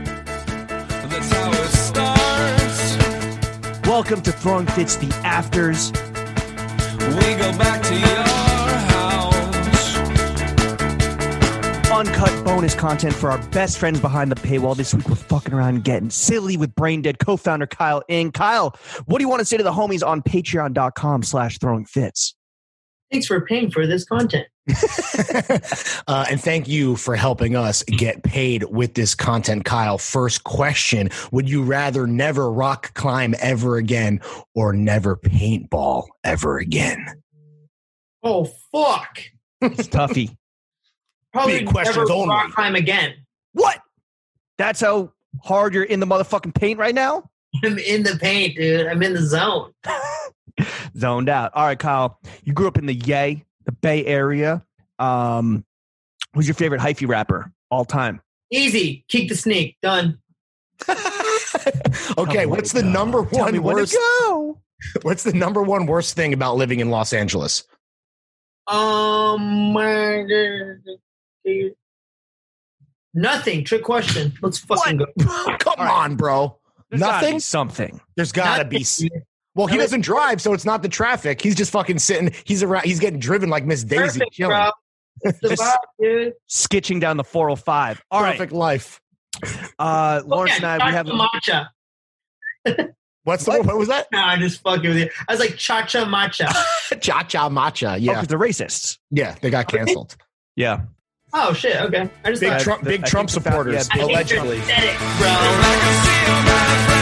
That's how it starts. Welcome to Throwing Fits the Afters. We go back to your house. Uncut bonus content for our best friends behind the paywall. This week we're fucking around and getting silly with Brain Dead co-founder Kyle Ng. Kyle, what do you want to say to the homies on patreon.com slash throwing fits? Thanks for paying for this content. uh, and thank you for helping us get paid with this content, Kyle. First question Would you rather never rock climb ever again or never paintball ever again? Oh fuck! It's toughy. Probably Big questions never only. rock climb again. what? That's how hard you're in the motherfucking paint right now? I'm in the paint, dude. I'm in the zone. Zoned out. All right, Kyle. You grew up in the Yay, the Bay Area. Um, who's your favorite hyphy rapper all time? Easy, kick the snake. Done. okay, Tell me what's where the to go. number Oh Tell me one where to worst go. what's the number one worst thing about living in Los Angeles? Um, nothing. Trick question. Let's fucking go. Come All right. on, bro. There's gotta Nothing? be something. There's gotta be s- well, he Nothing. doesn't drive, so it's not the traffic. He's just fucking sitting. He's around. He's getting driven like Miss Daisy. Perfect, chilling. bro. It's the Just- vibe, dude. Skitching down the 405. All right. Perfect life. Uh, Lawrence Oh, yeah, and I, we have. cha-cha matcha. What's the, What? what? was that? No, I'm just fucking with you. I was like cha cha matcha. Cha Cha Matcha. Yeah. Yeah, they're racists. yeah, they got canceled. Yeah. Oh shit. Okay. I just Big thought, Trump, the- I big think Trump the fact- yeah, supporters, I think they're allegedly. pathetic, bro. Back and see all my friends.